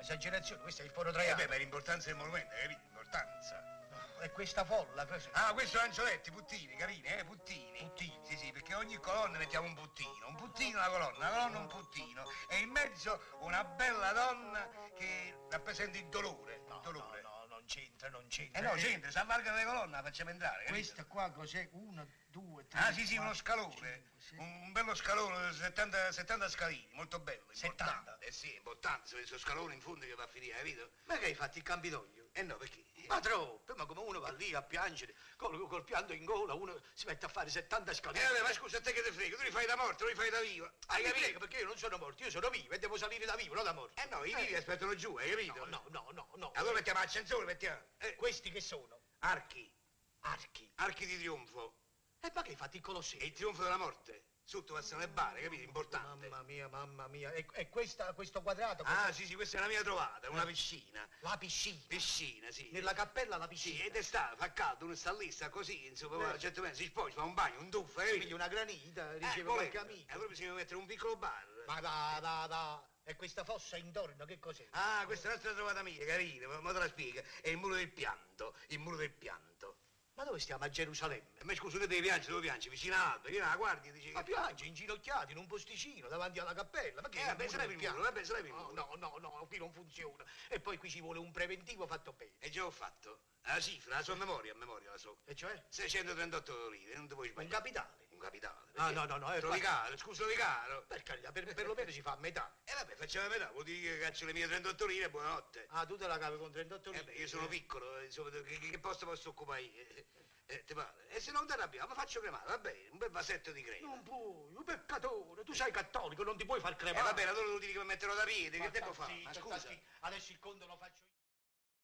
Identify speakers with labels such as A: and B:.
A: esagerazione, Eh, questo è il foro
B: Eh
A: Traiano.
B: beh, per l'importanza del monumento, capito? L'importanza.
A: è questa folla, così.
B: Ah, questo è Angioletti, puttini, carine, eh, puttini.
A: Puttini.
B: Sì, sì, perché ogni colonna mettiamo un puttino, un puttino, una colonna, una colonna, un puttino. E in mezzo una bella donna che rappresenta il dolore,
A: No,
B: il dolore.
A: no, no, non c'entra, non c'entra.
B: Eh no, gente, si avvalga delle colonne, la facciamo entrare, capito?
A: Questa qua cos'è? Una, due, tre.
B: Ah sì sì, uno
A: quattro,
B: scalone,
A: cinque, sei.
B: un un bello scalone, 70, 70 scalini, molto bello.
A: 70.
B: importante. Eh sì, importanza, questo scalone in fondo che va a finire, capito?
C: Ma che hai fatto il campidoglio?
B: Eh no, perché?
C: Ma troppo, ma come uno va lì a piangere, col, col pianto in gola, uno si mette a fare 70
B: Eh,
C: scalini.
B: vabbè, ma scusa, a te che te frega, tu li fai da morto, li fai da vivo. Hai
C: Hai
B: capito?
C: capito? Perché io non sono morto, io sono vivo e devo salire da vivo, non da morto.
B: Eh no, i vivi aspettano giù, hai capito?
C: No, no, no, no, no.
B: Allora mettiamo l'ascensore, mettiamo. eh,
C: Questi che sono?
B: archi,
C: Archi.
B: archi di trionfo.
C: E Eh, ma che hai fatto il
B: E
C: Colosseo?
B: il trionfo della morte. Sotto passano le bare, capito? Importante.
C: Mamma mia, mamma mia. E, e questa, questo quadrato?
B: Ah, sì, sì, questa è una mia trovata, una piscina.
C: La piscina.
B: Piscina, sì.
C: Nella cappella la
B: Sì,
C: piscina.
B: ed è stato, fa caldo, uno sta lì, sta così, insomma,
C: Eh.
B: guarda, certamente si spoglia, fa un bagno, un tuffo, hai
C: Quindi
B: capito?
C: una granita,
B: Eh,
C: riceve
B: volendo.
C: qualche
B: E
C: amico.
B: allora bisogna mettere un piccolo bar.
C: Ma da, da, da. E questa fossa intorno, che cos'è?
B: Ah, questa è un'altra trovata mia, carina, ma, ma te la spiega. È il muro del pianto, il muro del pianto.
C: Ma dove stiamo? A Gerusalemme?
B: E ma scusa, che devi piangere, dove piangi? Vicino all'albero, io la guardi e dici
C: Ma
B: che...
C: piange, inginocchiato, in un posticino, davanti alla cappella. Ma che
B: Eh,
C: è?
B: vabbè, sarebbe il muro, vabbè, sarebbe il
C: No,
B: muro.
C: no, no, no, qui non funziona. E poi qui ci vuole un preventivo fatto bene.
B: E già ho fatto. La cifra, la so a memoria, a memoria la so.
C: E cioè?
B: 638 lire, non ti puoi
C: Un
B: sbagliare.
C: capitale.
B: Un capitale.
C: Ah,
B: perché-
C: no, no, no, è
B: Trovi caro, scusa, trovi caro.
C: Per carità, per, perlomeno si fa a metà.
B: E vabbè, facciamo metà, vuol dire che caccio le mie 38 lire e buonanotte.
C: Ah, tu te la cavi con 38
B: Eh
C: lire.
B: beh, io sono piccolo, eh, insomma, che, che posto posso occupare io? Eh, eh, ti pare? E se non ti arrabbiamo, mi faccio cremare, va bene, un bel vasetto di crema.
C: Non puoi, un peccatore. Tu sei cattolico, non ti puoi far
B: E eh,
C: cremare.
B: va bene, allora tu dici che mi metterò da piede,
C: Ma
B: che devo
C: sta
B: fare?
C: zitto,
B: Ma
C: sta
B: scusa.
C: zitto. Adesso il conto lo faccio io.